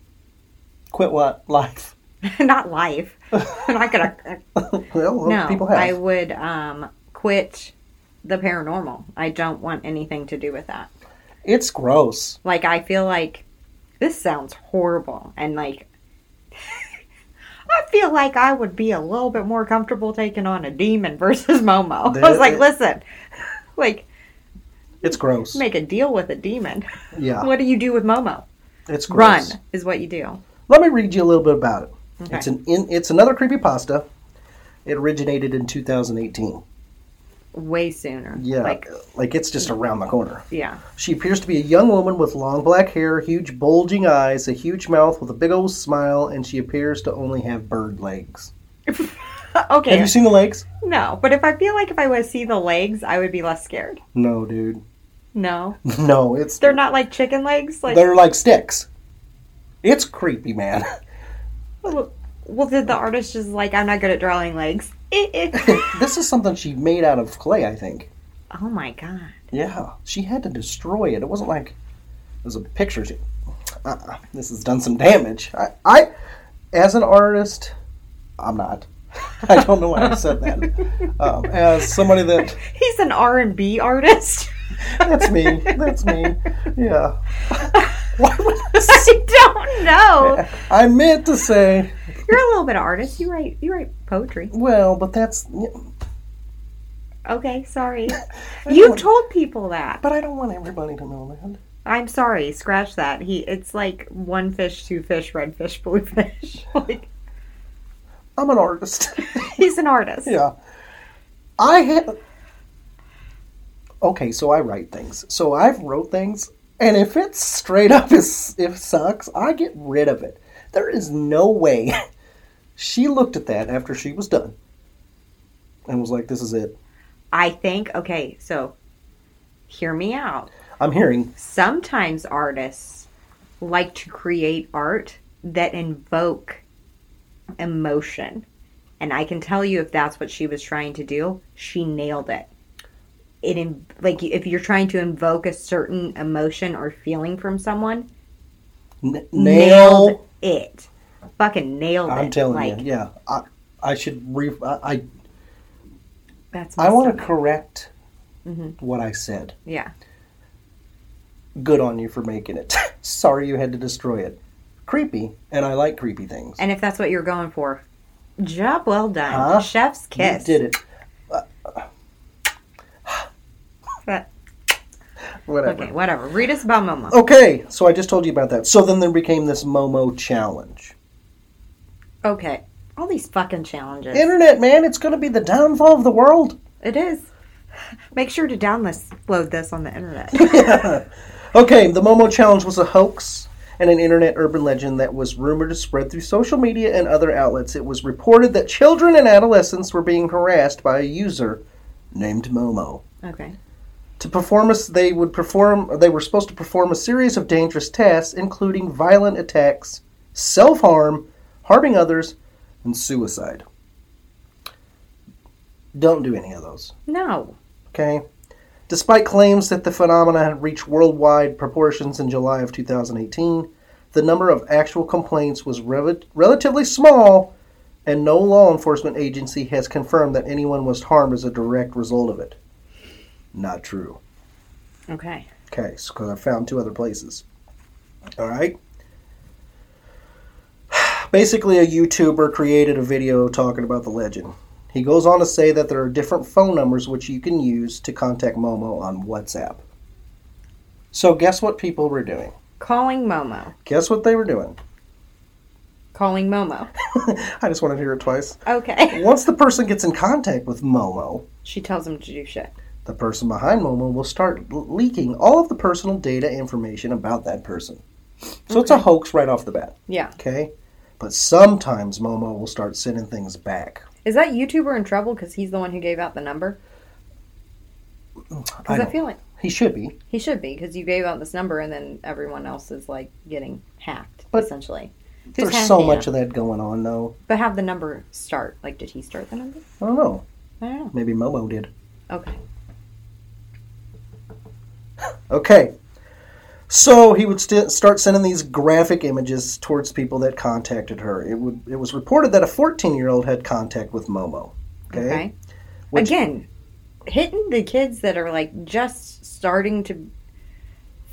[SPEAKER 1] <laughs>
[SPEAKER 2] Quit what life? <laughs>
[SPEAKER 1] Not life. <laughs> I'm not gonna. uh,
[SPEAKER 2] well, well,
[SPEAKER 1] no,
[SPEAKER 2] people have.
[SPEAKER 1] I would um, quit the paranormal. I don't want anything to do with that.
[SPEAKER 2] It's gross.
[SPEAKER 1] Like I feel like this sounds horrible, and like <laughs> I feel like I would be a little bit more comfortable taking on a demon <laughs> versus Momo. I was like,
[SPEAKER 2] That-
[SPEAKER 1] listen, <laughs> like
[SPEAKER 2] It's gross.
[SPEAKER 1] make a deal with a demon.
[SPEAKER 2] Yeah,
[SPEAKER 1] What do you do with Momo?
[SPEAKER 2] it's
[SPEAKER 1] Run
[SPEAKER 2] gross.
[SPEAKER 1] is what you do.
[SPEAKER 2] Let me read you a little bit about it.
[SPEAKER 1] Okay.
[SPEAKER 2] It's an. In, it's another creepypasta. It originated in 2018.
[SPEAKER 1] Way sooner.
[SPEAKER 2] Yeah,
[SPEAKER 1] Like
[SPEAKER 2] like it's just around the corner.
[SPEAKER 1] yeah. <laughs>
[SPEAKER 2] She appears to be a young woman with long black hair, huge bulging eyes, a huge mouth with a big old smile, and she appears to only have bird legs.
[SPEAKER 1] okay.
[SPEAKER 2] Have you seen the legs?
[SPEAKER 1] no, but if I feel like if I was to see the legs, I would be less scared.
[SPEAKER 2] No, dude. <laughs>
[SPEAKER 1] No,
[SPEAKER 2] No, it's
[SPEAKER 1] they're not like chicken legs. Like
[SPEAKER 2] they're like sticks. It's creepy, man. <laughs>
[SPEAKER 1] well, well, did the artist just like I'm not good at drawing legs? Eh,
[SPEAKER 2] <laughs>
[SPEAKER 1] eh.
[SPEAKER 2] this is something she made out of clay, I think.
[SPEAKER 1] oh my god.
[SPEAKER 2] Yeah, she had to destroy it. It wasn't like it was a picture. She, uh, this has done some damage. I, I, as an artist, I'm not. <laughs> <laughs> I don't know why I said that. Um, as somebody that
[SPEAKER 1] <laughs> He's an R and B artist.
[SPEAKER 2] <laughs> That's me. That's me. Yeah. <laughs> Why would I say-
[SPEAKER 1] <laughs> I don't know.
[SPEAKER 2] I meant to say,
[SPEAKER 1] You're a little bit of artist. You write you write poetry.
[SPEAKER 2] well, but that's,
[SPEAKER 1] Okay,
[SPEAKER 2] <laughs>
[SPEAKER 1] sorry. You
[SPEAKER 2] don't-
[SPEAKER 1] told people that.
[SPEAKER 2] but I don't want everybody to know that.
[SPEAKER 1] I'm sorry. Scratch that. He. It's like one fish, two fish, red fish, blue fish. <laughs> Like
[SPEAKER 2] I'm an artist. <laughs>
[SPEAKER 1] he's an artist.
[SPEAKER 2] yeah. I had, okay, so I write things. So I've wrote things, and if it's straight up is, if sucks, I get rid of it. There is no way. <laughs> She looked at that after she was done and was like, this is it.
[SPEAKER 1] I think. Okay, so hear me out.
[SPEAKER 2] I'm hearing,
[SPEAKER 1] Sometimes artists like to create art that invoke emotion. And I can tell you if that's what she was trying to do, she nailed it. It in, like if you're trying to invoke a certain emotion or feeling from someone,
[SPEAKER 2] N- nail
[SPEAKER 1] nailed it. Fucking nailed it.
[SPEAKER 2] I'm telling
[SPEAKER 1] like,
[SPEAKER 2] you, yeah. I, I should re. I
[SPEAKER 1] That's
[SPEAKER 2] I want to
[SPEAKER 1] to.
[SPEAKER 2] correct
[SPEAKER 1] Mhm.
[SPEAKER 2] what I said.
[SPEAKER 1] Yeah.
[SPEAKER 2] Good on you for making it. <laughs> Sorry you had to destroy it. Creepy, and I like creepy things.
[SPEAKER 1] And if that's what you're going for, job well done.
[SPEAKER 2] Huh?
[SPEAKER 1] Chef's kiss. <sighs>
[SPEAKER 2] You did it.
[SPEAKER 1] That-
[SPEAKER 2] Whatever.
[SPEAKER 1] Okay,
[SPEAKER 2] Okay.
[SPEAKER 1] whatever. Read us about Momo.
[SPEAKER 2] so I just told you about that. So then there became this Momo challenge. Oh.
[SPEAKER 1] Okay. All these fucking challenges.
[SPEAKER 2] Internet, man, it's going to be the downfall of the world.
[SPEAKER 1] it is. Make sure to download this on the internet.
[SPEAKER 2] <laughs> Okay, the Momo Challenge was a hoax and an internet urban legend that was rumored to spread through social media and other outlets. It was reported that children and adolescents were being harassed by a user named Momo.
[SPEAKER 1] okay.
[SPEAKER 2] To perform, a, they would perform. They were supposed to perform a series of dangerous tasks, including violent attacks, self-harm, harming others, and suicide. Don't do any of those.
[SPEAKER 1] No.
[SPEAKER 2] Okay. Despite claims that the phenomena had reached worldwide proportions in July of 2018, the number of actual complaints was rel- relatively small, and no law enforcement agency has confirmed that anyone was harmed as a direct result of it. Not true.
[SPEAKER 1] Okay.
[SPEAKER 2] Okay, because I found two other places. All right. <sighs> Basically, a YouTuber created a video talking about the legend. He goes on to say that there are different phone numbers which you can use to contact Momo on WhatsApp. So, guess what people were doing?
[SPEAKER 1] Calling Momo.
[SPEAKER 2] Guess what they were doing? <laughs>
[SPEAKER 1] Calling Momo.
[SPEAKER 2] I just wanted to hear it twice.
[SPEAKER 1] Okay.
[SPEAKER 2] Once the person gets in contact with Momo,
[SPEAKER 1] She tells him to do shit.
[SPEAKER 2] The person behind Momo will start l- leaking all of the personal data information about that person. So it's a hoax right off the bat.
[SPEAKER 1] Yeah.
[SPEAKER 2] Okay? But sometimes Momo will start sending things back.
[SPEAKER 1] Is that YouTuber in trouble because he's the one who gave out the number?
[SPEAKER 2] I
[SPEAKER 1] Because I,
[SPEAKER 2] don't-
[SPEAKER 1] feel like
[SPEAKER 2] he should be.
[SPEAKER 1] he should be because you gave out this number and then everyone else is like getting hacked
[SPEAKER 2] But
[SPEAKER 1] essentially. Who's
[SPEAKER 2] There's
[SPEAKER 1] hacking
[SPEAKER 2] so
[SPEAKER 1] him?
[SPEAKER 2] much of that going on, though.
[SPEAKER 1] But have the number start. Like, did he start the number?
[SPEAKER 2] I don't know.
[SPEAKER 1] I don't know.
[SPEAKER 2] Maybe Momo did.
[SPEAKER 1] Okay.
[SPEAKER 2] Okay. So he would st- start sending these graphic images towards people that contacted her. It, would, it was reported that a 14 year old had contact with Momo.
[SPEAKER 1] Okay.
[SPEAKER 2] Okay. Which-
[SPEAKER 1] Again, hitting the kids that are like just starting to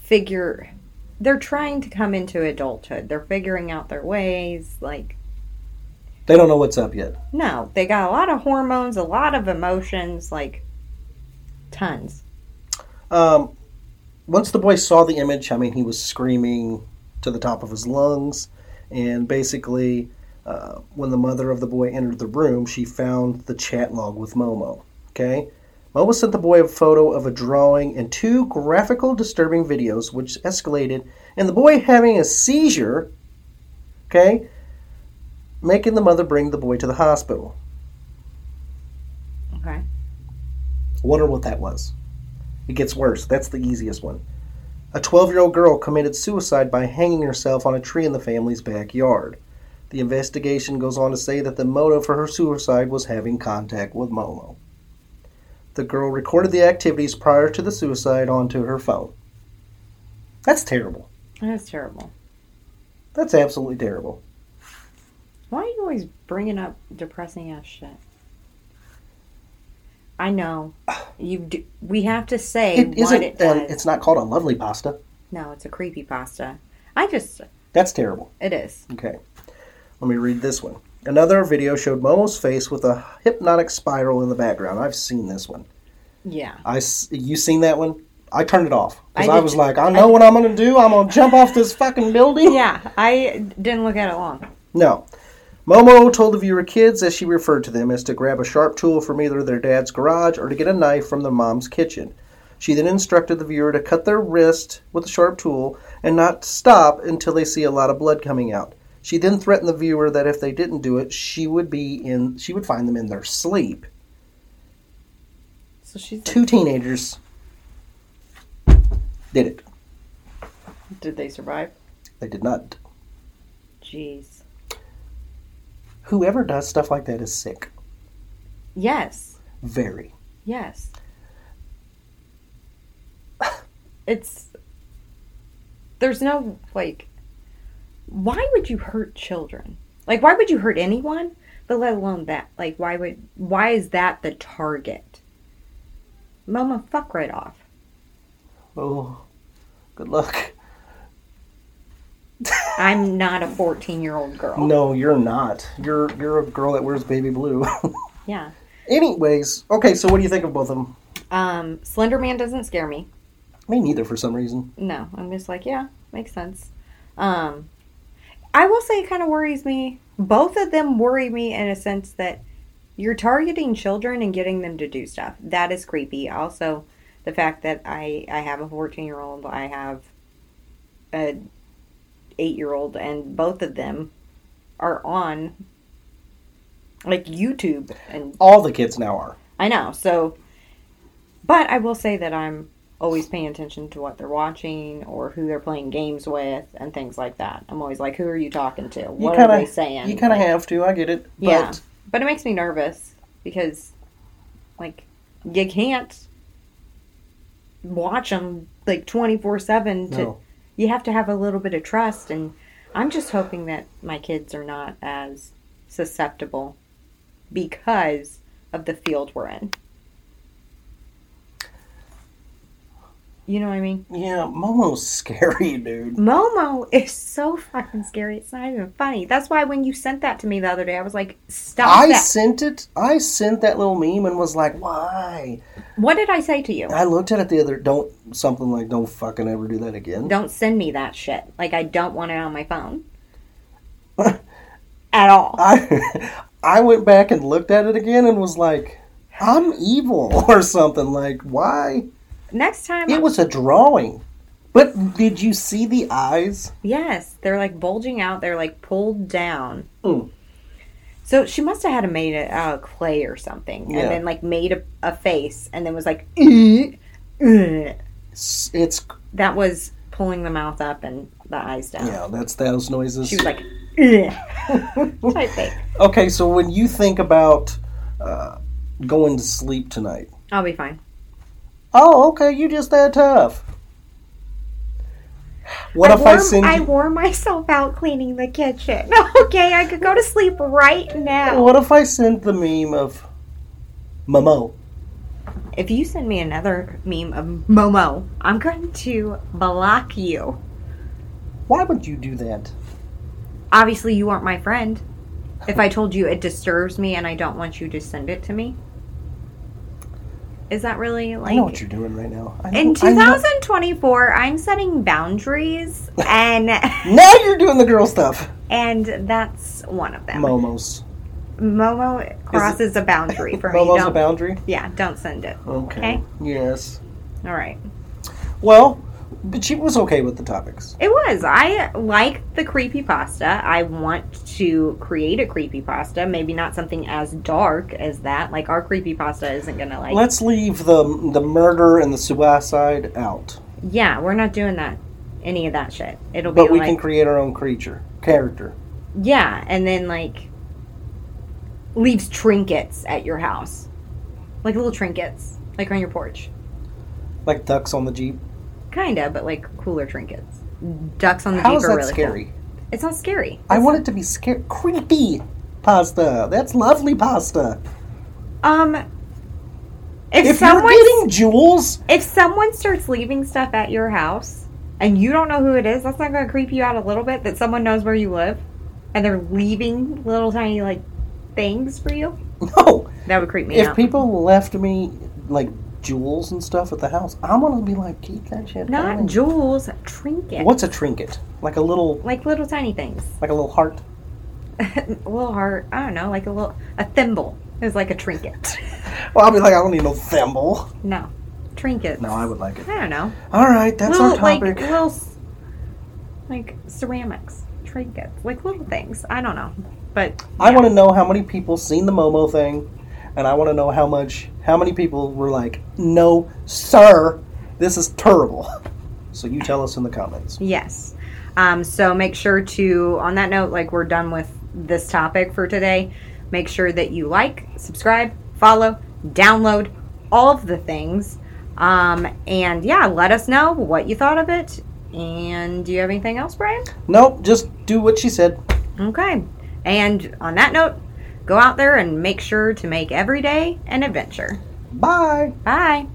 [SPEAKER 1] figure. They're trying to come into adulthood. They're figuring out their ways. Like,
[SPEAKER 2] They don't know what's up yet.
[SPEAKER 1] no, they got a lot of hormones, a lot of emotions, like tons.
[SPEAKER 2] Um, once the boy saw the image, I mean, he was screaming to the top of his lungs. And basically, uh, when the mother of the boy entered the room, she found the chat log with Momo. Okay? Momo sent the boy a photo of a drawing and two graphical, disturbing videos, which escalated, and the boy having a seizure, okay, making the mother bring the boy to the hospital.
[SPEAKER 1] Okay.
[SPEAKER 2] Wonder what that was. It gets worse. That's the easiest one. A 12 year old girl committed suicide by hanging herself on a tree in the family's backyard. The investigation goes on to say that the motive for her suicide was having contact with Momo. The girl recorded the activities prior to the suicide onto her phone. That's terrible.
[SPEAKER 1] That's terrible.
[SPEAKER 2] That's absolutely terrible.
[SPEAKER 1] Why are you always bringing up depressing ass shit? I
[SPEAKER 2] <sighs>
[SPEAKER 1] know. You do, we have to say
[SPEAKER 2] It
[SPEAKER 1] what
[SPEAKER 2] isn't.
[SPEAKER 1] it
[SPEAKER 2] um,
[SPEAKER 1] does.
[SPEAKER 2] it's not called a lovely pasta.
[SPEAKER 1] no, it's a creepy pasta. I just
[SPEAKER 2] That's terrible.
[SPEAKER 1] it is.
[SPEAKER 2] Okay. Let me read this one. Another video showed Momo's face with a hypnotic spiral in the background. I've seen this one.
[SPEAKER 1] Yeah.
[SPEAKER 2] I s- you seen that one? I turned it off because
[SPEAKER 1] I
[SPEAKER 2] I,
[SPEAKER 1] did
[SPEAKER 2] was
[SPEAKER 1] too.
[SPEAKER 2] like, I know what I'm gonna do. I'm gonna jump off this fucking building.
[SPEAKER 1] Yeah, I didn't look at it long.
[SPEAKER 2] No. Momo told the viewer kids, as she referred to them, as to grab a sharp tool from either their dad's garage or to get a knife from their mom's kitchen. She then instructed the viewer to cut their wrist with a sharp tool and not stop until they see a lot of blood coming out. She then threatened the viewer that if they didn't do it, she would be in she would find them in their sleep.
[SPEAKER 1] So she's like,
[SPEAKER 2] Two teenagers did it.
[SPEAKER 1] did they survive?
[SPEAKER 2] They did not.
[SPEAKER 1] Jeez.
[SPEAKER 2] Whoever does stuff like that is sick.
[SPEAKER 1] Yes.
[SPEAKER 2] Very.
[SPEAKER 1] Yes. It's there's no like why would you hurt children? Like why would you hurt anyone? But let alone that. Like why would why is that the target? Mama fuck right off.
[SPEAKER 2] Oh, good luck.
[SPEAKER 1] I'm not a 14-year-old girl.
[SPEAKER 2] No, you're not. You're you're a girl that wears baby blue. <laughs>
[SPEAKER 1] Yeah.
[SPEAKER 2] Anyways, okay. So what do you think of both of them?
[SPEAKER 1] Um Slenderman doesn't scare me.
[SPEAKER 2] Me neither, for some reason.
[SPEAKER 1] No, I'm just like, yeah, makes sense. Um, I will say it kind of worries me. Both of them worry me in a sense that you're targeting children and getting them to do stuff. That is creepy. Also, the fact that I I have a 14 year old, I have a eight year old, and both of them are on like YouTube and
[SPEAKER 2] All the kids now are.
[SPEAKER 1] I know. So, but I will say that I'm always paying attention to what they're watching or who they're playing games with and things like that. I'm always like, who are you talking to? What
[SPEAKER 2] kinda,
[SPEAKER 1] are they saying?
[SPEAKER 2] You kind of
[SPEAKER 1] Like,
[SPEAKER 2] have to. I get it. But
[SPEAKER 1] yeah. But it makes me nervous because, like, you can't watch them like 24 7 to.
[SPEAKER 2] No.
[SPEAKER 1] You have to have a little bit of trust, and I'm just hoping that my kids are not as susceptible because of the field we're in. You know what I mean?
[SPEAKER 2] Yeah, Momo's <laughs> scary, dude.
[SPEAKER 1] Momo is so fucking scary. It's not even funny. That's why when you sent that to me the other day, I was like, "Stop
[SPEAKER 2] I
[SPEAKER 1] that!"
[SPEAKER 2] sent it. I sent that little meme and was like, "Why?"
[SPEAKER 1] What did I say to you?
[SPEAKER 2] I looked at it the other. Don't something like, "Don't fucking ever do that again."
[SPEAKER 1] Don't send me that shit. Like I don't want it on my
[SPEAKER 2] <laughs>
[SPEAKER 1] phone. At
[SPEAKER 2] Uh,
[SPEAKER 1] all.
[SPEAKER 2] I I went back and looked at it again and was like, "I'm evil" <laughs> or something. Like, why?
[SPEAKER 1] Next time
[SPEAKER 2] It was a drawing. But did you see the eyes?
[SPEAKER 1] Yes, they're like bulging out, they're like pulled down.
[SPEAKER 2] Mm.
[SPEAKER 1] So she must have had it made out of clay or something.
[SPEAKER 2] Yeah.
[SPEAKER 1] And then like made a, a face and then was
[SPEAKER 2] <laughs>
[SPEAKER 1] like <laughs> "Eh, eh."
[SPEAKER 2] It's, it's
[SPEAKER 1] that was pulling the mouth up and the eyes down.
[SPEAKER 2] yeah, that's those noises.
[SPEAKER 1] She was
[SPEAKER 2] <laughs>
[SPEAKER 1] like "Eh," type thing.
[SPEAKER 2] okay, so when you think about uh, going to sleep tonight,
[SPEAKER 1] I'll be fine.
[SPEAKER 2] Oh, okay, you just that tough. What
[SPEAKER 1] I
[SPEAKER 2] if
[SPEAKER 1] wore,
[SPEAKER 2] I send
[SPEAKER 1] I
[SPEAKER 2] you?
[SPEAKER 1] wore myself out cleaning the kitchen. <laughs> Okay, I could go to sleep right now.
[SPEAKER 2] What if I send the meme of Momo?
[SPEAKER 1] If you send me another meme of Momo, I'm going to block you.
[SPEAKER 2] Why would you do that?
[SPEAKER 1] Obviously, you aren't my friend. If I told you it disturbs me and I don't want you to send it to me, is that really like
[SPEAKER 2] I know what you're doing right now. I know,
[SPEAKER 1] in
[SPEAKER 2] I know-
[SPEAKER 1] 2024? I'm setting boundaries,
[SPEAKER 2] <laughs>
[SPEAKER 1] and
[SPEAKER 2] Now you're doing the girl stuff.
[SPEAKER 1] and that's one of them.
[SPEAKER 2] Momo's.
[SPEAKER 1] Momo crosses a boundary for me.
[SPEAKER 2] Momo's
[SPEAKER 1] don't,
[SPEAKER 2] a boundary.
[SPEAKER 1] Yeah, don't send it.
[SPEAKER 2] Okay.
[SPEAKER 1] Okay.
[SPEAKER 2] Yes.
[SPEAKER 1] All right.
[SPEAKER 2] Well, but she was okay with the topics.
[SPEAKER 1] It was. I like the creepy pasta. I want to create a creepy pasta. Maybe not something as dark as that. Like our creepy pasta isn't gonna like.
[SPEAKER 2] Let's leave the the murder and the suicide out,
[SPEAKER 1] yeah, we're not doing that. Any of that shit. It'll
[SPEAKER 2] but
[SPEAKER 1] be
[SPEAKER 2] we
[SPEAKER 1] like
[SPEAKER 2] can create our own creature character.
[SPEAKER 1] yeah, and then like leaves trinkets at your house, like little trinkets, like on your porch.
[SPEAKER 2] Like ducks on the jeep.
[SPEAKER 1] Kinda, but like cooler trinkets. Ducks on the
[SPEAKER 2] How
[SPEAKER 1] jeep
[SPEAKER 2] is
[SPEAKER 1] are
[SPEAKER 2] that
[SPEAKER 1] really cool.
[SPEAKER 2] scary?
[SPEAKER 1] It's not scary.
[SPEAKER 2] I want it to be scary, creepy pasta. That's lovely pasta.
[SPEAKER 1] Um, if,
[SPEAKER 2] If you're
[SPEAKER 1] someone
[SPEAKER 2] getting jewels, <laughs>
[SPEAKER 1] if someone starts leaving stuff at your house and you don't know who it is, that's not going to creep you out a little bit that someone knows where you live and they're leaving little tiny like things for you.
[SPEAKER 2] no.
[SPEAKER 1] That would creep me
[SPEAKER 2] If
[SPEAKER 1] out.
[SPEAKER 2] people left me like jewels and stuff at the house, I'm gonna be like, keep that shit.
[SPEAKER 1] not
[SPEAKER 2] going."
[SPEAKER 1] jewels, trinkets.
[SPEAKER 2] What's a trinket? Like a little,
[SPEAKER 1] like little tiny things. <laughs>
[SPEAKER 2] like a little heart.
[SPEAKER 1] a little heart. I don't know. Like a little a thimble is like a trinket. <laughs>
[SPEAKER 2] Well, I'll be like, I don't need no thimble.
[SPEAKER 1] no, trinkets.
[SPEAKER 2] No, I would like it.
[SPEAKER 1] I don't know.
[SPEAKER 2] All right, that's
[SPEAKER 1] little
[SPEAKER 2] our topic.
[SPEAKER 1] like little s- like ceramics, trinkets, like little things. I don't know, but
[SPEAKER 2] I want to know how many people seen the Momo thing, and I want to know how much, how many people were like, "No, sir, this is terrible." So you tell us in the comments.
[SPEAKER 1] Yes. Um, so make sure to, on that note, like we're done with this topic for today. Make sure that you like, subscribe, follow, download all of the things. Um, and yeah, let us know what you thought of it. And do you have anything else, Brian?
[SPEAKER 2] Nope, just do what she said.
[SPEAKER 1] Okay. And on that note, go out there and make sure to make every day an adventure.
[SPEAKER 2] Bye.
[SPEAKER 1] Bye.